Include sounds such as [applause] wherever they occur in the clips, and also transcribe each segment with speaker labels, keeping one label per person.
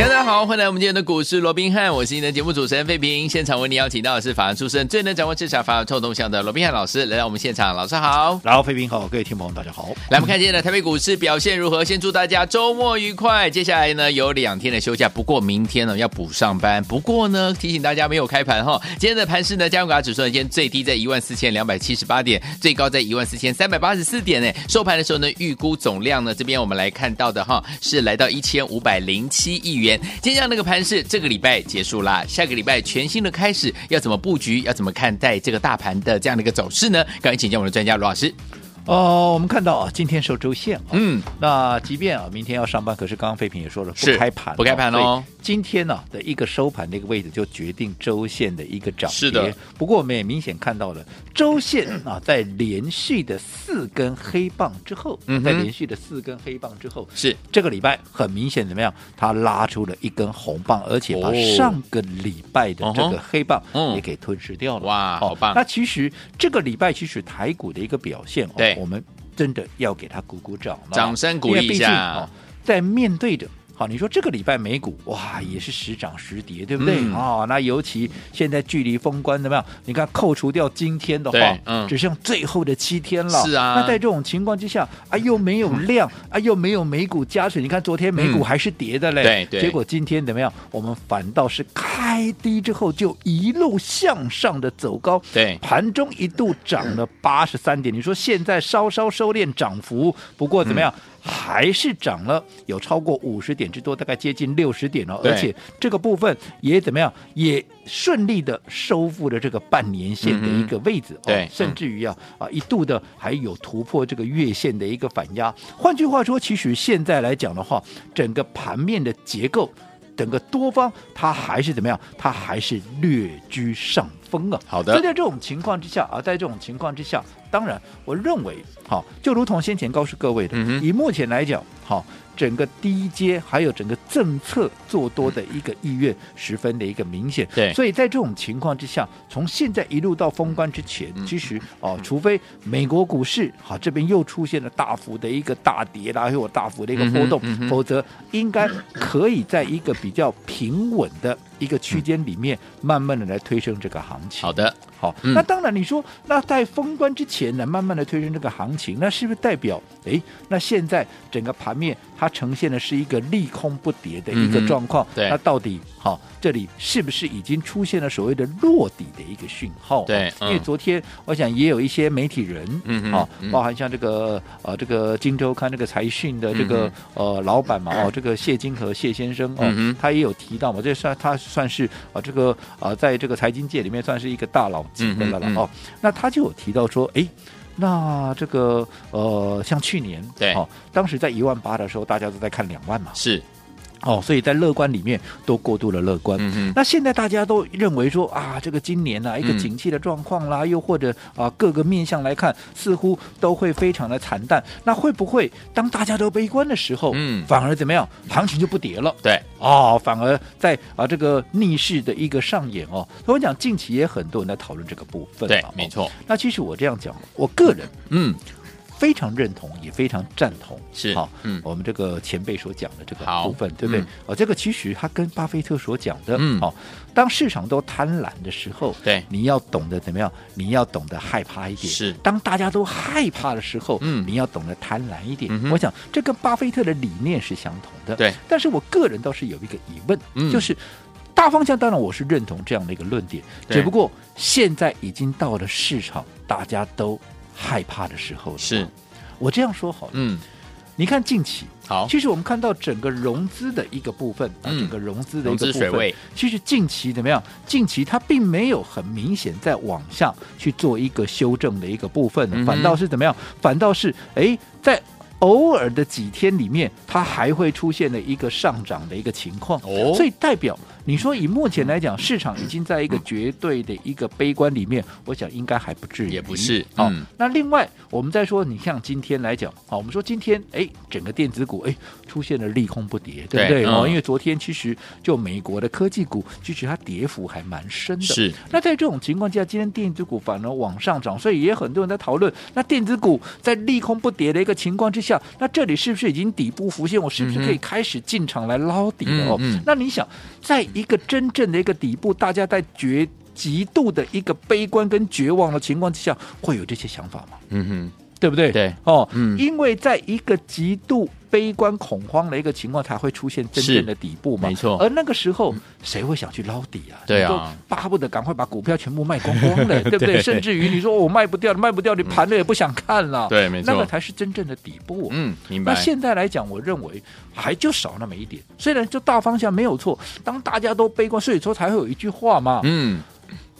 Speaker 1: 大家好，欢迎来我们今天的股市罗宾汉，我是你的节目主持人费平。现场为你邀请到的是法案出身、最能掌握市场法案臭动向的罗宾汉老师，来到我们现场，老师好。
Speaker 2: 然后，飞平好，各位听众朋友们，大家好。
Speaker 1: 来，我们看今天的台北股市表现如何？先祝大家周末愉快。接下来呢，有两天的休假，不过明天呢要补上班。不过呢，提醒大家没有开盘哈。今天的盘市呢，加权指数呢，今天最低在14,278点，最高在14,384点呢。收盘的时候呢，预估总量呢，这边我们来看到的哈，是来到1,507亿元。今天这样的一个盘市，这个礼拜结束啦，下个礼拜全新的开始，要怎么布局？要怎么看待这个大盘的这样的一个走势呢？赶紧请教我们的专家罗老师。
Speaker 2: 哦，我们看到啊，今天收周线啊，
Speaker 1: 嗯，
Speaker 2: 那即便啊明天要上班，可是刚刚废品也说了，不
Speaker 1: 是
Speaker 2: 开盘啊、
Speaker 1: 不开盘哦
Speaker 2: 所以今天呢、的一个收盘的一个位置就决定周线的一个涨跌。
Speaker 1: 是的，
Speaker 2: 不过我们也明显看到了周线啊，在连续的四根黑棒之后，
Speaker 1: 嗯哼
Speaker 2: 在连续的四根黑棒之后，
Speaker 1: 是
Speaker 2: 这个礼拜很明显怎么样？它拉出了一根红棒，而且把
Speaker 1: 哦
Speaker 2: 上个礼拜的这
Speaker 1: 嗯哼
Speaker 2: 个黑棒
Speaker 1: 嗯
Speaker 2: 也给吞噬掉了。
Speaker 1: 哇
Speaker 2: 哦
Speaker 1: 好棒
Speaker 2: 那其实这个礼拜其实台股的一个表现，哦
Speaker 1: 对
Speaker 2: 我们真的要给它鼓鼓掌了，
Speaker 1: 掌声鼓励一下
Speaker 2: 因为毕竟哦在面对着。好，你说这个礼拜美股哇也是时涨时跌，对不对？
Speaker 1: 嗯
Speaker 2: 哦，那尤其现在距离封关怎么样？你看扣除掉今天的话
Speaker 1: 对，嗯
Speaker 2: 只剩最后的七天了。
Speaker 1: 是啊
Speaker 2: 那在这种情况之下，啊又没有量，啊又没有美股加持，你看昨天美股
Speaker 1: 嗯
Speaker 2: 还是跌的嘞。
Speaker 1: 对对
Speaker 2: 结果今天怎么样？我们反倒是开低之后就一路向上的走高，
Speaker 1: 对
Speaker 2: 盘中一度涨了八十三点。你说现在稍稍收敛涨幅，不过怎么
Speaker 1: 嗯
Speaker 2: 样？还是涨了有超过五十点之多，大概接近六十点哦。
Speaker 1: 对
Speaker 2: 而且这个部分也怎么样？也顺利的收复了这个半年线的一个位置、哦，
Speaker 1: 对嗯
Speaker 2: 甚至于啊啊一度的还有突破这个月线的一个反压。换句话说，其实现在来讲的话，整个盘面的结构。整个多方它还是怎么样？它还是略居上风啊。
Speaker 1: 好的
Speaker 2: 所以在这种情况之下啊，在这种情况之下，当然我认为，好，就如同先前告诉各位的，
Speaker 1: 嗯哼
Speaker 2: 以目前来讲，好，整个低阶还有整个政策做多的一个意愿十分的一个明显。
Speaker 1: 对
Speaker 2: 所以在这种情况之下，从现在一路到封关之前，
Speaker 1: 嗯
Speaker 2: 其实哦，除非美国股市好这边又出现了大幅的一个大跌啦，又有大幅的一个波动，
Speaker 1: 嗯哼嗯哼
Speaker 2: 否则应该可以在一个比较平稳的一个
Speaker 1: 嗯
Speaker 2: 区间里面，慢慢的来推升这个行情。
Speaker 1: 好的，
Speaker 2: 好，
Speaker 1: 嗯
Speaker 2: 那当然你说，那在封关之前呢，慢慢的推升这个行情，那是不是代表，诶，那现在整个盘面它呈现的是一个利空不跌的一个
Speaker 1: 嗯哼
Speaker 2: 状况？
Speaker 1: 对
Speaker 2: 那到底好，这里是不是已经出现了所谓的落底的一个讯号啊？
Speaker 1: 对嗯
Speaker 2: 因为昨天我想也有一些媒体人，
Speaker 1: 嗯哼
Speaker 2: 啊
Speaker 1: 嗯，
Speaker 2: 包含像这个呃这个《金周刊》这个财讯的这个、呃老板嘛，哦，这个谢金河谢先生哦，
Speaker 1: 嗯哼
Speaker 2: 他也有提到嘛，这算他算是啊、呃这个啊、呃在这个财经界里面算是一个大佬级的了啦、
Speaker 1: 嗯嗯嗯
Speaker 2: 哦。那他就有提到说，诶，那这个呃，像去年
Speaker 1: 对
Speaker 2: 哦，当时在一万八的时候，大家都在看两万嘛，
Speaker 1: 是，
Speaker 2: 哦，所以在乐观里面都过度了乐观。
Speaker 1: 嗯哼，
Speaker 2: 那现在大家都认为说啊，这个今年呢、一个
Speaker 1: 嗯
Speaker 2: 景气的状况啦，又或者啊各个面向来看，似乎都会非常的惨淡。那会不会当大家都悲观的时候，
Speaker 1: 嗯
Speaker 2: 反而怎么样，行情就不跌了？
Speaker 1: 对，
Speaker 2: 哦，反而在啊这个逆势的一个上演哦。所以我讲近期也很多人在讨论这个部分、啊，
Speaker 1: 对
Speaker 2: 哦，
Speaker 1: 没。错，
Speaker 2: 那其实我这样讲，我个人
Speaker 1: 嗯，
Speaker 2: 非常认同，也非常赞同，哦
Speaker 1: 是
Speaker 2: 好，
Speaker 1: 嗯
Speaker 2: 我们这个前辈所讲的这个
Speaker 1: 好
Speaker 2: 部分，对不对？
Speaker 1: 嗯
Speaker 2: 哦，这个其实他跟巴菲特所讲的，
Speaker 1: 嗯
Speaker 2: 好、当市场都贪婪的时候，
Speaker 1: 对
Speaker 2: 你要懂得怎么样？你要懂得害怕一点。
Speaker 1: 是
Speaker 2: 当大家都害怕的时候，
Speaker 1: 嗯
Speaker 2: 你要懂得贪婪一点。
Speaker 1: 嗯哼
Speaker 2: 我想这跟巴菲特的理念是相同的，
Speaker 1: 对。
Speaker 2: 但是我个人倒是有一个疑问，
Speaker 1: 嗯
Speaker 2: 就是。大方向当然我是认同这样的一个论点，
Speaker 1: 对
Speaker 2: 只不过现在已经到了市场大家都害怕的时候了。
Speaker 1: 是，
Speaker 2: 我这样说好了，
Speaker 1: 嗯，
Speaker 2: 你看近期，
Speaker 1: 好，
Speaker 2: 其实我们看到整个融资的一个部分，啊，
Speaker 1: 嗯
Speaker 2: 整个融资的一
Speaker 1: 融
Speaker 2: 个
Speaker 1: 资
Speaker 2: 部
Speaker 1: 水
Speaker 2: 分，
Speaker 1: 位，
Speaker 2: 其实近期怎么样？近期它并没有很明显在往下去做一个修正的一个部分，
Speaker 1: 嗯哼
Speaker 2: 反倒是怎么样？反倒是哎，在偶尔的几天里面，它还会出现了一个上涨的一个情况，
Speaker 1: 哦
Speaker 2: 所以代表你说以目前来讲，市场已经在一个绝对的一个悲观里面，我想应该还不至于，哦
Speaker 1: 也不是
Speaker 2: 好
Speaker 1: 嗯，
Speaker 2: 那另外我们再说，你像今天来讲，好，我们说今天哎，整个电子股哎出现了利空不跌，对不
Speaker 1: 对
Speaker 2: 对？哦，
Speaker 1: 嗯
Speaker 2: 因为昨天其实就美国的科技股，其实它跌幅还蛮深的，
Speaker 1: 是
Speaker 2: 那在这种情况下，今天电子股反而往上涨，所以也很多人在讨论，那电子股在利空不跌的一个情况之下，那这里是不是已经底部浮现？我是不是
Speaker 1: 嗯哼
Speaker 2: 可以开始进场来捞底了哦？
Speaker 1: 嗯嗯
Speaker 2: 那你想，在一个真正的一个底部，大家在绝极度的一个悲观跟绝望的情况之下，会有这些想法吗？
Speaker 1: 嗯
Speaker 2: 对不对？
Speaker 1: 对
Speaker 2: 哦，
Speaker 1: 嗯
Speaker 2: 因为在一个极度悲观恐慌的一个情况，才会出现真
Speaker 1: 是
Speaker 2: 正的底部嘛，
Speaker 1: 没错嗯
Speaker 2: 而那个时候，谁会想去捞底啊？
Speaker 1: 对啊
Speaker 2: 你都巴不得赶快把股票全部卖光光
Speaker 1: [laughs]
Speaker 2: 了，对不
Speaker 1: 对嗯
Speaker 2: 对？甚至于你说我卖不掉，卖不掉，你盘了也不想看了，
Speaker 1: 对没错
Speaker 2: 那个才是真正的底部啊、
Speaker 1: 哼，嗯，明
Speaker 2: 那
Speaker 1: 白。
Speaker 2: 现在来讲，我认为还就少那么一点，虽然就大方向没有错，当大家都悲观，所以说才会有一句话嘛，
Speaker 1: 嗯，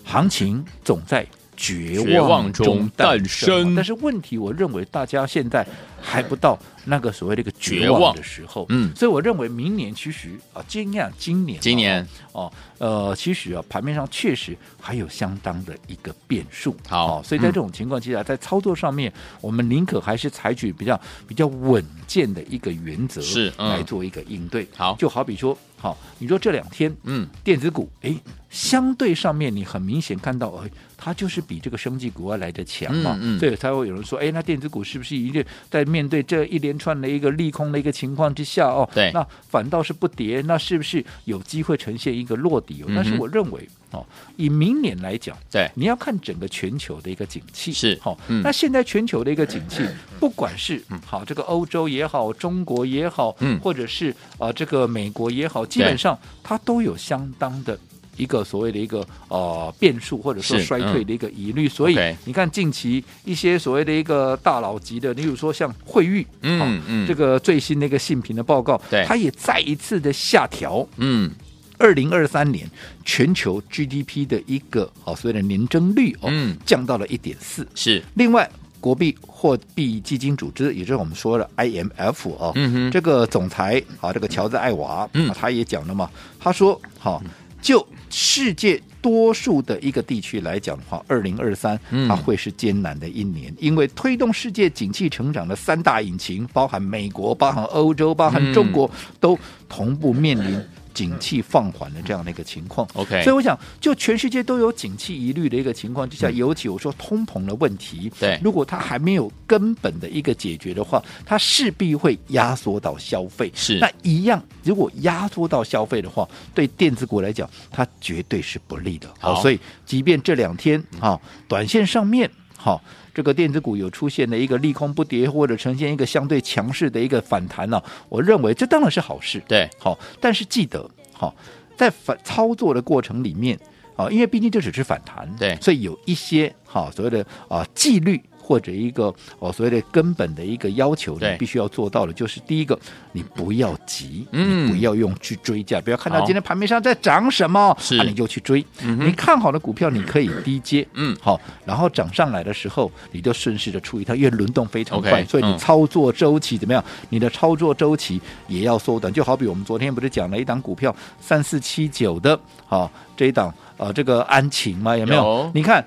Speaker 2: 行情总在绝
Speaker 1: 绝望
Speaker 2: 望
Speaker 1: 中
Speaker 2: 中
Speaker 1: 诞
Speaker 2: 诞
Speaker 1: 生
Speaker 2: 生。但是问题，我认为大家现在还不到那个所谓的一个
Speaker 1: 绝
Speaker 2: 绝
Speaker 1: 望
Speaker 2: 望的时候。
Speaker 1: 嗯
Speaker 2: 所以我认为明年其实啊，今年啊今年啊
Speaker 1: 今年
Speaker 2: 哦，呃，其实啊，盘面上确实还有相当的一个变数。
Speaker 1: 好
Speaker 2: 哦所以在
Speaker 1: 嗯
Speaker 2: 这种情况之下，在操作上面，我们宁可还是采取比较比较稳健的一个原则，
Speaker 1: 是嗯
Speaker 2: 来做一个应对。
Speaker 1: 好
Speaker 2: 就好比说，好，你说这两天，
Speaker 1: 嗯，
Speaker 2: 电子股，哎，相对上面你很明显看到，哎，它就是比这个生技股要啊来的强嘛，
Speaker 1: 嗯嗯
Speaker 2: 所以才会有人说，哎，那电子股是不是一定在面对这一连串的一个利空的一个情况之下哦，
Speaker 1: 对
Speaker 2: 那反倒是不跌，那是不是有机会呈现一个落底、哦？
Speaker 1: 嗯哼
Speaker 2: 但是我认为，哦，以明年来讲，
Speaker 1: 对
Speaker 2: 你要看整个全球的一个景气
Speaker 1: 是
Speaker 2: 好、
Speaker 1: 嗯
Speaker 2: 那现在全球的一个景气，不管是好这个欧洲也好，中国也好，
Speaker 1: 嗯
Speaker 2: 或者是啊、呃这个美国也好，基本上它都有相当的。一个所谓的一个呃变数或者说
Speaker 1: 是嗯
Speaker 2: 衰退的一个疑虑，所以
Speaker 1: OK
Speaker 2: 你看近期一些所谓的一个大佬级的，例如说像惠誉，
Speaker 1: 嗯
Speaker 2: 好
Speaker 1: 嗯
Speaker 2: 这个最新的一个信评的报告
Speaker 1: 对，
Speaker 2: 它也再一次的下调，
Speaker 1: 嗯，
Speaker 2: 二零二三年全球 GDP 的一个哦，所谓的年增率哦，
Speaker 1: 嗯
Speaker 2: 降到了一点四。
Speaker 1: 是
Speaker 2: 另外，国币货币基金组织，也就是我们说的 IMF 哦，
Speaker 1: 嗯哼
Speaker 2: 这个总裁啊，这个乔治艾娃，
Speaker 1: 嗯
Speaker 2: 啊他也讲了嘛，他说，好、就世界多数的一个地区来讲的话，二零二三
Speaker 1: 嗯
Speaker 2: 它会是艰难的一年，因为推动世界景气成长的三大引擎，包含美国、包含欧洲、包含中
Speaker 1: 嗯
Speaker 2: 国，都同步面临。景气放缓的这样的一个情况
Speaker 1: OK
Speaker 2: 所以我想，就全世界都有景气疑虑的一个情况之下，尤其我说通膨的问题，
Speaker 1: 嗯对
Speaker 2: 如果它还没有根本的一个解决的话，它势必会压缩到消费。
Speaker 1: 是
Speaker 2: 那一样，如果压缩到消费的话，对电子股来讲，它绝对是不利的。
Speaker 1: 好嗯
Speaker 2: 所以即便这两天啊、短线上面好、这个电子股有出现了一个利空不跌，或者呈现一个相对强势的一个反弹呢、啊我认为这当然是好事。
Speaker 1: 对，
Speaker 2: 好、但是记得好、在反操作的过程里面啊、因为毕竟这只是反弹，
Speaker 1: 对
Speaker 2: 所以有一些好、所谓的啊、纪律。或者一个哦，所谓的根本的一个要求，你
Speaker 1: 对
Speaker 2: 必须要做到的，就是第一个，你不要急，
Speaker 1: 嗯
Speaker 2: 你不要用去追价，不要看到
Speaker 1: 好
Speaker 2: 今天盘面上在涨什么，
Speaker 1: 是
Speaker 2: 啊、你就去追。你看好的股票，你可以低接，
Speaker 1: 嗯
Speaker 2: 好，然后涨上来的时候，你就顺势的出一趟，因为轮动非常快
Speaker 1: OK，
Speaker 2: 所以你
Speaker 1: 嗯
Speaker 2: 操作周期怎么样？你的操作周期也要缩短。就好比我们昨天不是讲了一档股票三四七九的，好、这一档呃这个安晴嘛，有没有？
Speaker 1: 有
Speaker 2: 你看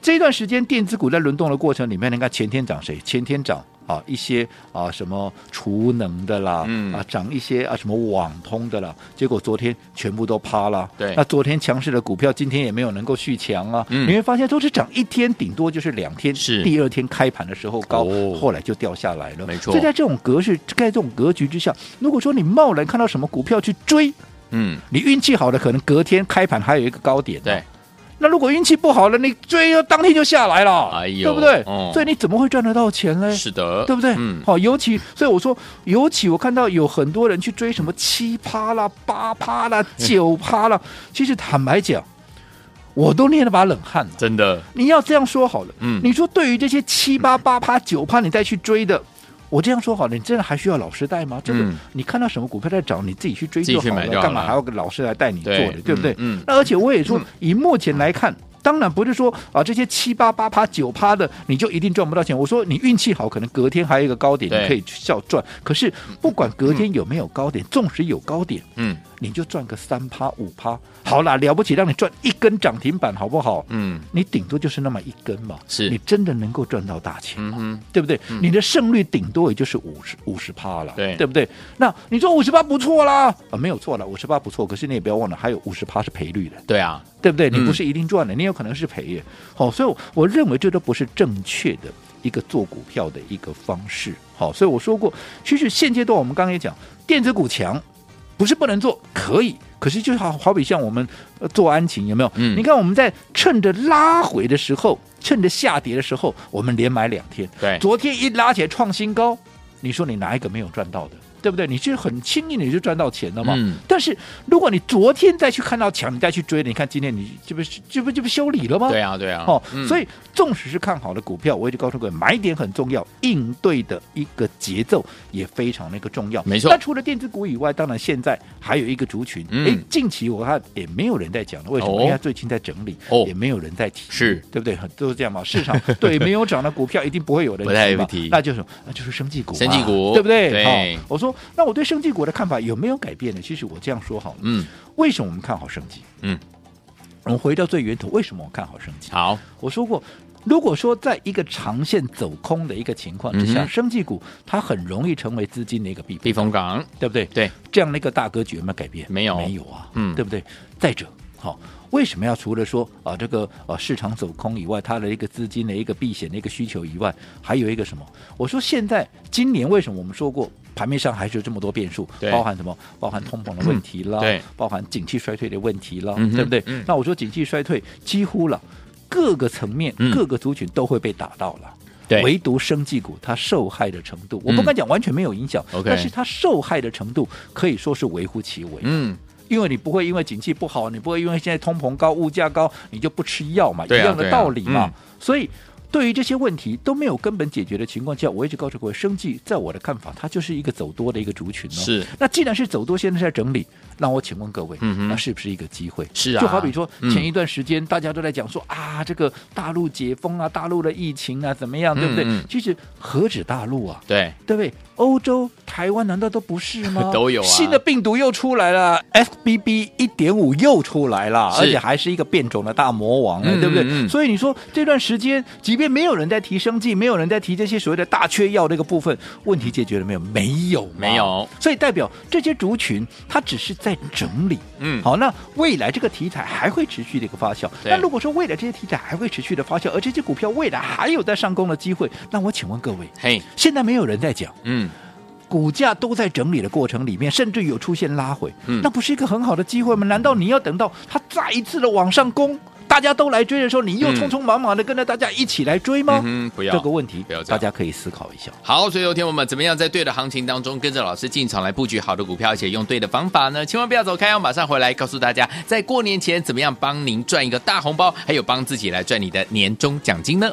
Speaker 2: 这段时间电子股在轮动的过程里面，你看前天涨谁？前天涨。啊，一些啊什么储能的啦，
Speaker 1: 嗯
Speaker 2: 啊涨一些啊什么网通的啦，结果昨天全部都趴了。
Speaker 1: 对
Speaker 2: 那昨天强势的股票今天也没有能够续强啊，
Speaker 1: 嗯
Speaker 2: 你会发现都是涨一天，顶多就是两天，
Speaker 1: 是
Speaker 2: 第二天开盘的时候高，
Speaker 1: 哦
Speaker 2: 后来就掉下来了。
Speaker 1: 没错
Speaker 2: 所以在这种格式，在这种格局之下，如果说你贸然看到什么股票去追，
Speaker 1: 嗯，
Speaker 2: 你运气好的可能隔天开盘还有一个高点、
Speaker 1: 对。，
Speaker 2: 那如果运气不好了，你追了当天就下来了，
Speaker 1: 哎呦
Speaker 2: 对不对？
Speaker 1: 哦
Speaker 2: 所以你怎么会赚得到钱嘞？
Speaker 1: 是的，
Speaker 2: 对不对？
Speaker 1: 嗯，
Speaker 2: 好，尤其所以我说，尤其我看到有很多人去追什么七趴啦、八趴啦、九趴啦，其实坦白讲，我都捏了把冷汗了。
Speaker 1: 真的，
Speaker 2: 你要这样说好了，
Speaker 1: 嗯
Speaker 2: 你说对于这些七八八趴、九趴，你再去追的。我这样说好了，你真的还需要老师带吗？这个
Speaker 1: 嗯
Speaker 2: 你看到什么股票在涨，你自己去追
Speaker 1: 自己
Speaker 2: 就
Speaker 1: 去
Speaker 2: 好
Speaker 1: 买
Speaker 2: 了，
Speaker 1: 就好
Speaker 2: 干嘛
Speaker 1: 了
Speaker 2: 还要个老师来带你做
Speaker 1: 对
Speaker 2: 的，对不对？
Speaker 1: 嗯嗯
Speaker 2: 那而且我也说
Speaker 1: 嗯，
Speaker 2: 以目前来看，当然不是说啊这些七八八趴、九趴的你就一定赚不到钱。我说你运气好，可能隔天还有一个高点，
Speaker 1: 对
Speaker 2: 你可以去笑赚。可是不管隔天有没有高点，纵使有高点，
Speaker 1: 嗯，
Speaker 2: 你就赚个三趴五趴，好啦，了不起，让你赚一根涨停板，好不好？
Speaker 1: 嗯
Speaker 2: 你顶多就是那么一根嘛，
Speaker 1: 是
Speaker 2: 你真的能够赚到大钱
Speaker 1: 嗯
Speaker 2: 吗？
Speaker 1: 哼，
Speaker 2: 对不对？你的胜率顶多也就是五十五十趴了，
Speaker 1: 对
Speaker 2: 对不对？那你说五十趴不错啦，啊，没有错了，五十趴不错，可是你也不要忘了，还有五十趴是赔率的，
Speaker 1: 对啊，
Speaker 2: 对不对？你
Speaker 1: 嗯
Speaker 2: 不是一定赚的，你有可能是赔的。好、所以我我认为这都不是正确的一个做股票的一个方式。好、所以我说过，其实现阶段我们刚刚也讲，电子股强不是不能做，可以。可是就好好比像我们呃做安晴有没有？
Speaker 1: 嗯
Speaker 2: 你看我们在趁着拉回的时候，趁着下跌的时候，我们连买两天。
Speaker 1: 对
Speaker 2: 昨天一拉起来创新高，你说你哪一个没有赚到的？对不对？你是很轻易你就赚到钱了嘛？
Speaker 1: 嗯
Speaker 2: 但是如果你昨天再去看到强，你再去追，你看今天你这不是这不这不修理了吗？
Speaker 1: 对啊，对啊，
Speaker 2: 哦，
Speaker 1: 嗯
Speaker 2: 所以纵使是看好的股票，我也就告诉各位，买点很重要，应对的一个节奏也非常的一个重要。
Speaker 1: 没错
Speaker 2: 那除了电子股以外，当然现在还有一个族群，
Speaker 1: 嗯
Speaker 2: 哎、近期我看也没有人在讲了，为什么？
Speaker 1: 哦
Speaker 2: 因为它最近在整理，
Speaker 1: 哦
Speaker 2: 也没有人在提，
Speaker 1: 是
Speaker 2: 对不对？很都是这样嘛，市场对没有涨的股票一定不会有人
Speaker 1: 不太
Speaker 2: 提嘛
Speaker 1: 会提
Speaker 2: 那就是那就是生技股嘛，
Speaker 1: 生技股
Speaker 2: 对不对？
Speaker 1: 对
Speaker 2: 好我说那我对生技股的看法有没有改变呢？其实我这样说好了，
Speaker 1: 嗯，
Speaker 2: 为什么我们看好生技？
Speaker 1: 嗯，
Speaker 2: 我们回到最源头，为什么我看好生技？
Speaker 1: 好，
Speaker 2: 我说过，如果说在一个长线走空的一个情况之
Speaker 1: 嗯
Speaker 2: 下，
Speaker 1: 哼
Speaker 2: 生技股它很容易成为资金的一个避
Speaker 1: 避
Speaker 2: 风，
Speaker 1: 风港，
Speaker 2: 对不对？
Speaker 1: 对，
Speaker 2: 这样的一个大格局有没有改变？
Speaker 1: 没有
Speaker 2: 没有啊，
Speaker 1: 嗯
Speaker 2: 对不对？再者，好、为什么要除了说啊这个啊市场走空以外，它的一个资金的一个避险的一个需求以外，还有一个什么？我说现在今年为什么我们说过盘面上还是有这么多变数
Speaker 1: 对，嗯
Speaker 2: 包含什么？包含通膨的问题啦，
Speaker 1: 对，
Speaker 2: 包含景气衰退的问题啦，
Speaker 1: 嗯哼
Speaker 2: 对不对？
Speaker 1: 嗯
Speaker 2: 那我说景气衰退几乎了。各个层面、
Speaker 1: 嗯
Speaker 2: 各个族群都会被打到了，
Speaker 1: 对
Speaker 2: 唯独生技股它受害的程度，我
Speaker 1: 嗯
Speaker 2: 不敢讲完全没有影响，
Speaker 1: OK
Speaker 2: 但是它受害的程度可以说是微乎其微。
Speaker 1: 嗯，
Speaker 2: 因为你不会因为景气不好，你不会因为现在通膨高、物价高，你就不吃药嘛，
Speaker 1: 对啊
Speaker 2: 一样的道理
Speaker 1: 对
Speaker 2: 嘛。
Speaker 1: 啊嗯
Speaker 2: 所以对于这些问题都没有根本解决的情况下，我一直告诉各位，生计在我的看法，它就是一个走多的一个族群哦。
Speaker 1: 是
Speaker 2: 那既然是走多，现在在整理，那我请问各位，
Speaker 1: 嗯哼
Speaker 2: 那是不是一个机会？
Speaker 1: 是啊
Speaker 2: 就好比说
Speaker 1: 嗯
Speaker 2: 前一段时间大家都在讲说、啊，这个大陆解封啊，大陆的疫情啊怎么样，对不对？
Speaker 1: 嗯嗯
Speaker 2: 其实何止大陆啊，
Speaker 1: 对，
Speaker 2: 对不对？欧洲、台湾难道都不是吗？
Speaker 1: [laughs] 都有啊
Speaker 2: 新的病毒又出来了，XBB 一点五又出来了，
Speaker 1: 是
Speaker 2: 而且还是一个变种的大魔王了，
Speaker 1: 嗯
Speaker 2: 对不
Speaker 1: 嗯嗯
Speaker 2: 对？所以你说这段时间，即便没有人在提生计，没有人在提这些所谓的大缺药这个部分，问题解决了没有？没有嘛，
Speaker 1: 没有
Speaker 2: 所以代表这些族群，它只是在整理。
Speaker 1: 嗯，
Speaker 2: 好，那未来这个题材还会持续的一个发酵。
Speaker 1: 对
Speaker 2: 那如果说未来这些题材还会持续的发酵，而这些股票未来还有在上攻的机会，那我请问各位，
Speaker 1: 嘿，
Speaker 2: 现在没有人在讲，
Speaker 1: 嗯，
Speaker 2: 股价都在整理的过程里面，甚至有出现拉回，
Speaker 1: 嗯
Speaker 2: 那不是一个很好的机会吗？难道你要等到它再一次的往上攻，大家都来追的时候，你又
Speaker 1: 嗯
Speaker 2: 匆匆忙忙的跟着大家一起来追吗？
Speaker 1: 嗯哼，不要
Speaker 2: 这个问题
Speaker 1: 不要这样
Speaker 2: 大家可以思考一下。
Speaker 1: 好，所以有天我们怎么样在对的行情当中跟着老师进场来布局好的股票，而且用对的方法呢？千万不要走开哦，马上回来告诉大家，在过年前怎么样帮您赚一个大红包，还有帮自己来赚你的年终奖金呢？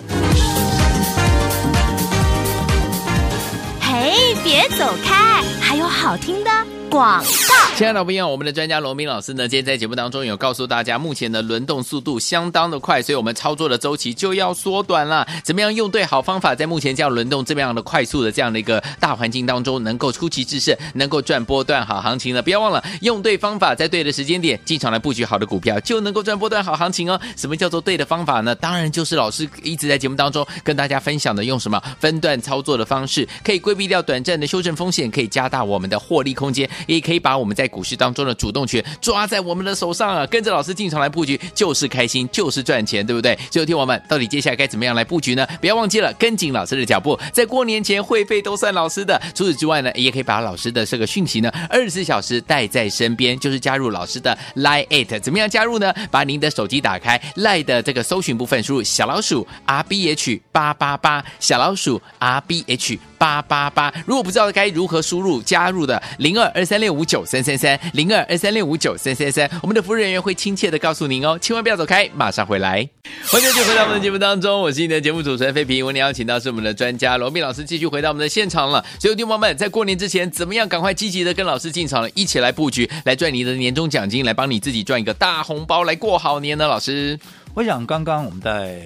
Speaker 3: 嘿，别走开，还有好听的广告。
Speaker 1: 亲爱的朋友，我们的专家罗明老师呢，今天在节目当中有告诉大家，目前的轮动速度相当的快，所以我们操作的周期就要缩短啦。怎么样用对好方法，在目前这样轮动这么样的快速的这样的一个大环境当中，能够出奇制胜，能够赚波段好行情呢？不要忘了用对方法，在对的时间点进场来布局好的股票，就能够赚波段好行情哦。什么叫做对的方法呢？当然就是老师一直在节目当中跟大家分享的，用什么分段操作的方式，可以规避掉短暂的修正风险，可以加大我们的获利空间，也可以把我们在股市当中的主动权抓在我们的手上啊！跟着老师进场来布局，就是开心，就是赚钱，对不对？所以，听我们到底接下来该怎么样来布局呢？不要忘记了跟紧老师的脚步，在过年前会费都算老师的。除此之外呢，也可以把老师的这个讯息呢，二十四小时带在身边，就是加入老师的 Line It。怎么样加入呢？把您的手机打开，Line 的这个搜寻部分输入小老鼠 R B H 八八八，小老鼠 R B H 八八八。如果不知道该如何输入加入的，零二二三六五九三三三，零二二三六五九三三三，我们的服务人员会亲切的告诉您哦，千万不要走开，马上回来。欢迎继续回到我们的节目当中，我是你的节目主持人费平。为您邀请到是我们的专家罗密老师，继续回到我们的现场了。所有听众朋友们，在过年之前，怎么样赶快积极的跟老师进场了，一起来布局，来赚你的年终奖金，来帮你自己赚一个大红包，来过好年呢？老师
Speaker 2: 我想刚刚我们在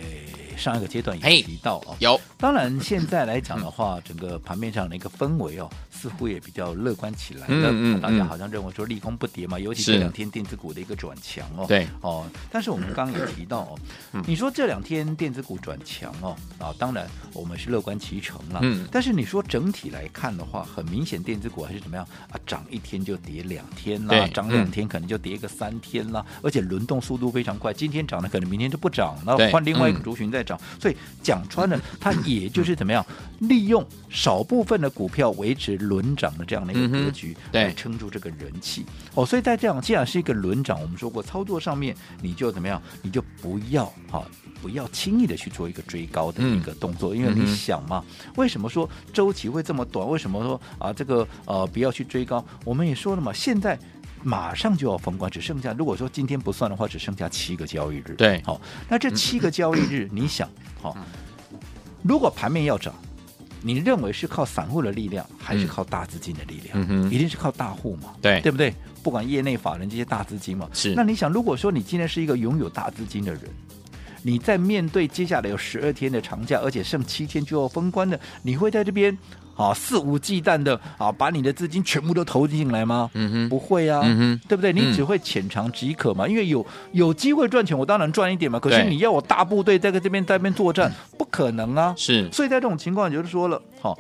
Speaker 2: 上一个阶段
Speaker 1: 嘿
Speaker 2: 也提到啊，
Speaker 1: 有
Speaker 2: 当然，现在来讲的
Speaker 1: 嗯
Speaker 2: 话，整个盘面上的一个氛围哦，似乎也比较乐观起来了。啊
Speaker 1: 嗯嗯嗯
Speaker 2: 大家好像认为说利空不跌嘛，尤其
Speaker 1: 是
Speaker 2: 这两天电子股的一个转强哦。
Speaker 1: 对嗯
Speaker 2: 哦，但是我们刚刚也提到哦，你说这两天电子股转强哦，啊，当然我们是乐观其成了。
Speaker 1: 嗯
Speaker 2: 但是你说整体来看的话，很明显电子股还是怎么样啊？涨一天就跌两天啦，
Speaker 1: 对
Speaker 2: 涨
Speaker 1: 嗯
Speaker 2: 两天可能就跌个三天啦，而且轮动速度非常快，今天涨了可能明天就不涨了
Speaker 1: 对，
Speaker 2: 换另外一个
Speaker 1: 嗯
Speaker 2: 族群在涨。所以讲穿了，它也就是怎
Speaker 1: [laughs]
Speaker 2: 么样，利用少部分的股票维持轮涨的这样的一个
Speaker 1: 嗯哼
Speaker 2: 格局，
Speaker 1: 对
Speaker 2: 来撑住这个人气。哦，所以在这样既然是一个轮涨，我们说过操作上面你就怎么样，你就不要哈、不要轻易的去做一个追高的一个动作，因为
Speaker 1: 嗯
Speaker 2: 你
Speaker 1: 哼
Speaker 2: 想嘛，为什么说周期会这么短？为什么说啊这个呃不要去追高？我们也说了嘛，现在。马上就要封关，只剩下如果说今天不算的话，只剩下七个交易日。
Speaker 1: 对嗯
Speaker 2: 好、那这七个交易日，你想，好、如果盘面要涨，你认为是靠散户的力量，还是
Speaker 1: 嗯
Speaker 2: 靠大资金的力量？
Speaker 1: 嗯哼
Speaker 2: 一定是靠大户嘛，
Speaker 1: 对
Speaker 2: 对不对？不管业内法人这些大资金嘛，
Speaker 1: 哎是
Speaker 2: 那你想，如果说你今天是一个拥有大资金的人，你在面对接下来有十二天的长假，而且剩七天就要封关的，你会在这边啊肆无忌惮的啊把你的资金全部都投进来吗？
Speaker 1: 嗯哼
Speaker 2: 不会啊，
Speaker 1: 嗯哼
Speaker 2: 对不对？
Speaker 1: 嗯
Speaker 2: 你只会浅尝即可嘛，因为有有机会赚钱，我当然赚一点嘛。可是
Speaker 1: 对
Speaker 2: 你要我大部队在这边在那边作战，不可能啊。
Speaker 1: 是
Speaker 2: 所以在这种情况，也就是说了，好、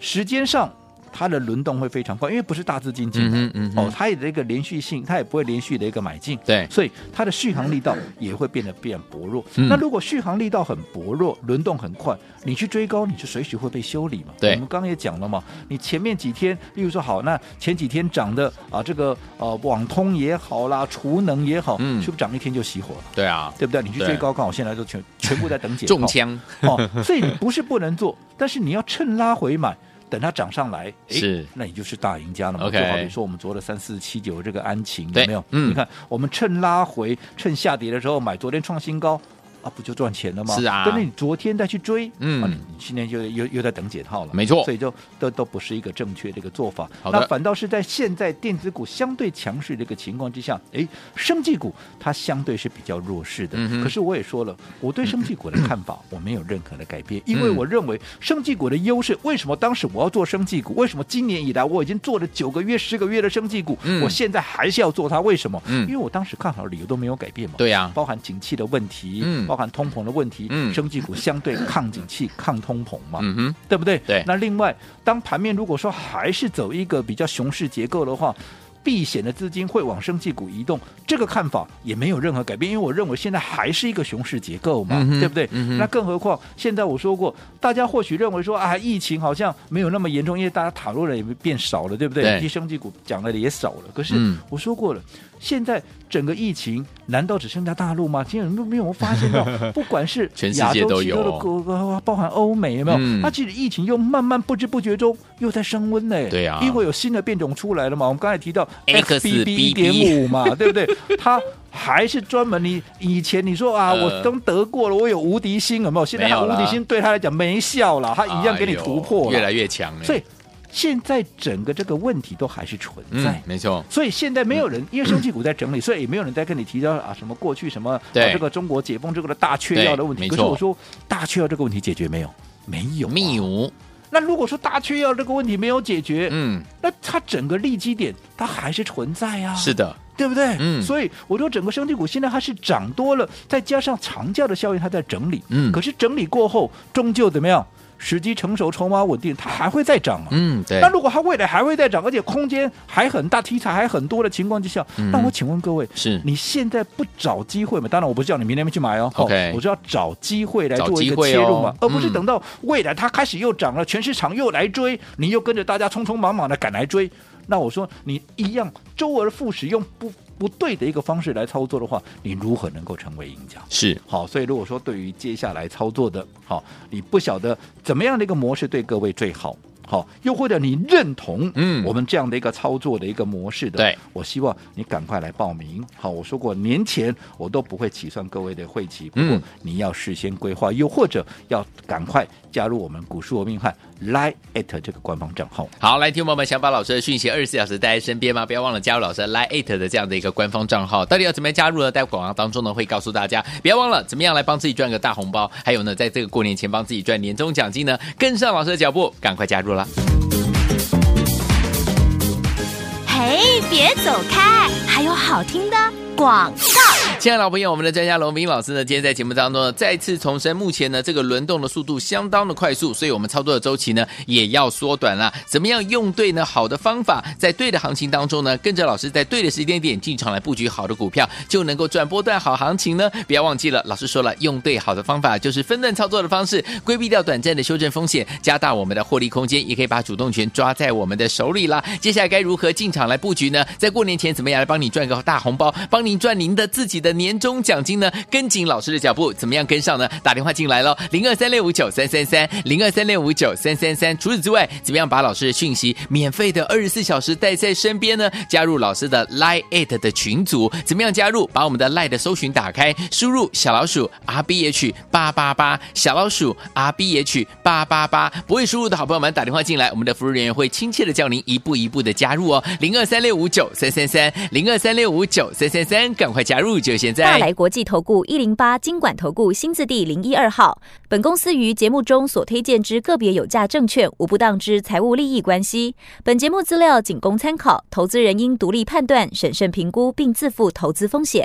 Speaker 2: 时间上它的轮动会非常快，因为不是大资金进来，
Speaker 1: 嗯哼嗯哼
Speaker 2: 哦，它也的一个连续性，它也不会连续的一个买进，
Speaker 1: 对
Speaker 2: 所以它的续航力道也会变得变薄弱。
Speaker 1: 嗯
Speaker 2: 那如果续航力道很薄弱，轮动很快，你去追高，你就随时会被修理嘛。
Speaker 1: 对
Speaker 2: 我们刚刚也讲了嘛，你前面几天，例如说好，那前几天涨的啊，这个呃网通也好啦，储能也好，
Speaker 1: 嗯
Speaker 2: 是不是涨一天就熄火了？
Speaker 1: 对啊，
Speaker 2: 对不对？你去
Speaker 1: 对
Speaker 2: 追高，刚好现在都全 [laughs] 全部在等解
Speaker 1: 中
Speaker 2: 套
Speaker 1: 枪
Speaker 2: 哦，所以你不是不能做，但是你要趁拉回买。等它涨上来，诶
Speaker 1: 是
Speaker 2: 那你就是大赢家了嘛
Speaker 1: OK
Speaker 2: 就好比说我们昨了三四七九这个安晴
Speaker 1: 对
Speaker 2: 有没有？
Speaker 1: 嗯
Speaker 2: 你看我们趁拉回、趁下跌的时候买，昨天创新高啊，不就赚钱了吗？
Speaker 1: 是啊
Speaker 2: 但是你昨天再去追，
Speaker 1: 嗯
Speaker 2: 啊你你今天就又又在等解套了，
Speaker 1: 没错
Speaker 2: 所以就都都不是一个正确的一个做法。
Speaker 1: 好的
Speaker 2: 那反倒是在现在电子股相对强势的一个情况之下，诶，生技股它相对是比较弱势的。
Speaker 1: 嗯哼嗯
Speaker 2: 可是我也说了，我对生技股的看法我没有任何的改
Speaker 1: [coughs]
Speaker 2: 变，因为我认为生技股的优势，为什么当时我要做生技股？为什么今年以来我已经做了九个月、十个月的生技股，
Speaker 1: 嗯
Speaker 2: 我现在还是要做它？为什么？
Speaker 1: 嗯
Speaker 2: 因为我当时看好的理由都没有改变嘛。
Speaker 1: 对啊呀，
Speaker 2: 包含景气的问题，
Speaker 1: 嗯
Speaker 2: 包含通膨的问题，
Speaker 1: 嗯
Speaker 2: 生技股相对抗景气、抗通膨嘛，
Speaker 1: 嗯哼，
Speaker 2: 对不对？
Speaker 1: 对
Speaker 2: 那另外，当盘面如果说还是走一个比较熊市结构的话，避险的资金会往生技股移动，这个看法也没有任何改变，因为我认为现在还是一个熊市结构嘛，
Speaker 1: 嗯哼
Speaker 2: 对不对？
Speaker 1: 嗯哼
Speaker 2: 那更何况现在我说过，大家或许认为说啊，疫情好像没有那么严重，因为大家讨论的也变少了，对不对？
Speaker 1: 对
Speaker 2: 其实生技股讲的也少了，可是
Speaker 1: 嗯
Speaker 2: 我说过了，现在整个疫情难道只剩下大陆吗？今天有没有发现
Speaker 1: [laughs]
Speaker 2: 到，不管是
Speaker 1: 全世
Speaker 2: 亚
Speaker 1: 界
Speaker 2: 洲
Speaker 1: 都
Speaker 2: 其他的
Speaker 1: 有
Speaker 2: 国国呃包含欧美有没有？
Speaker 1: 嗯
Speaker 2: 它其实疫情又慢慢不知不觉中又在升温呢。
Speaker 1: 对啊
Speaker 2: 因为有新的变种出来了嘛。我们刚才提到
Speaker 1: XBB
Speaker 2: 一点五嘛， [laughs] 对不对？它还是专门你以前你说啊，
Speaker 1: 呃
Speaker 2: 我都得过了，我有无敌心有没有？现在它
Speaker 1: 没有
Speaker 2: 无
Speaker 1: 啦
Speaker 2: 敌心对他来讲没效了，他一样给你
Speaker 1: 哎呦
Speaker 2: 突破了。
Speaker 1: 越来越强哎，
Speaker 2: 所以现在整个这个问题都还是存在
Speaker 1: 嗯，。没错，
Speaker 2: 所以现在没有
Speaker 1: 嗯
Speaker 2: 人，因为生技股在整理，所以也没有人在跟你提到啊什么过去什么、啊、
Speaker 1: 对
Speaker 2: 这个中国解封这个的大缺药的问
Speaker 1: 对没错
Speaker 2: 题。可是我说大缺药这个问题解决没有？没有、啊。
Speaker 1: 密武，
Speaker 2: 那如果说大缺药这个问题没有解决，
Speaker 1: 嗯，
Speaker 2: 那它整个利基点它还是存在啊。
Speaker 1: 是的，
Speaker 2: 对不对？
Speaker 1: 嗯
Speaker 2: 所以我说整个生技股现在它是涨多了，再加上长假的效应，它在整理。
Speaker 1: 嗯
Speaker 2: 可是整理过后，终究怎么样？时机成熟，筹码稳定，它还会再涨啊。
Speaker 1: 嗯，对
Speaker 2: 那，如果它未来还会再涨，而且空间还很大，题材还很多的情况之下，
Speaker 1: 嗯
Speaker 2: 那我请问各位，
Speaker 1: 是
Speaker 2: 你现在不找机会嘛？当然，我不是叫你明天去买哦
Speaker 1: OK
Speaker 2: 哦我是要找机会来
Speaker 1: 找
Speaker 2: 做一
Speaker 1: 机
Speaker 2: 个
Speaker 1: 会
Speaker 2: 切入嘛，
Speaker 1: 哦
Speaker 2: 而不是
Speaker 1: 嗯
Speaker 2: 等到未来它开始又涨了，全市场又来追，你又跟着大家匆匆忙忙的赶来追。那我说你一样周而复始，用不不对的一个方式来操作的话，你如何能够成为赢家？
Speaker 1: 是，
Speaker 2: 好，所以如果说对于接下来操作的，好，你不晓得怎么样的一个模式对各位最好，好，又或者你认同，
Speaker 1: 嗯
Speaker 2: 我们这样的一个操作的一个模式的，
Speaker 1: 对，
Speaker 2: 我希望你赶快来报名。好，我说过年前我都不会起算各位的会期，不
Speaker 1: 嗯
Speaker 2: 过你要事先规划，又或者要赶快加入我们股市罗命汉 Line at 这个官方账号。
Speaker 1: 好，来，听众朋友们，想把老师的讯息二十四小时带在身边吗？不要忘了加入老师的 Line Eight 的这样的一个官方账号。到底要怎么样加入呢？在广告当中呢，会告诉大家。不要忘了怎么样来帮自己赚个大红包，还有呢，在这个过年前帮自己赚年终奖金呢，跟上老师的脚步，赶快加入啦！
Speaker 3: 嘿，别走开，还有好听的广告。
Speaker 1: 亲爱的老朋友，我们的专家龙斌老师呢，今天在节目当中呢，再次重申，目前呢这个轮动的速度相当的快速，所以我们操作的周期呢也要缩短啦。怎么样用对呢好的方法，在对的行情当中呢，跟着老师在对的时间点进场来布局好的股票，就能够赚波段好行情呢。不要忘记了，老师说了，用对好的方法就是分段操作的方式，规避掉短暂的修正风险，加大我们的获利空间，也可以把主动权抓在我们的手里啦。接下来该如何进场来布局呢？在过年前怎么样来帮你赚个大红包，帮您赚您的自己的年终奖金呢？跟紧老师的脚步，怎么样跟上呢？打电话进来喽，零二三六五九三三三，零二三六五九三三三。除此之外，怎么样把老师的讯息免费的二十四小时带在身边呢？加入老师的 Line at 的群组，怎么样加入？把我们的 Line 的搜寻打开，输入小老鼠 R B H 八八八，小老鼠 R B H 八八八。不会输入的好朋友们打电话进来，我们的服务人员会亲切的叫您一步一步的加入哦，零二三六五九三三三，零二三六五九三三三，赶快加入，就现在。
Speaker 4: 大来国际投顾一零八金管投顾新字第零一二号。本公司于节目中所推荐之个别有价证券，无不当之财务利益关系。本节目资料仅供参考，投资人应独立判断、审慎评估，并自负投资风险。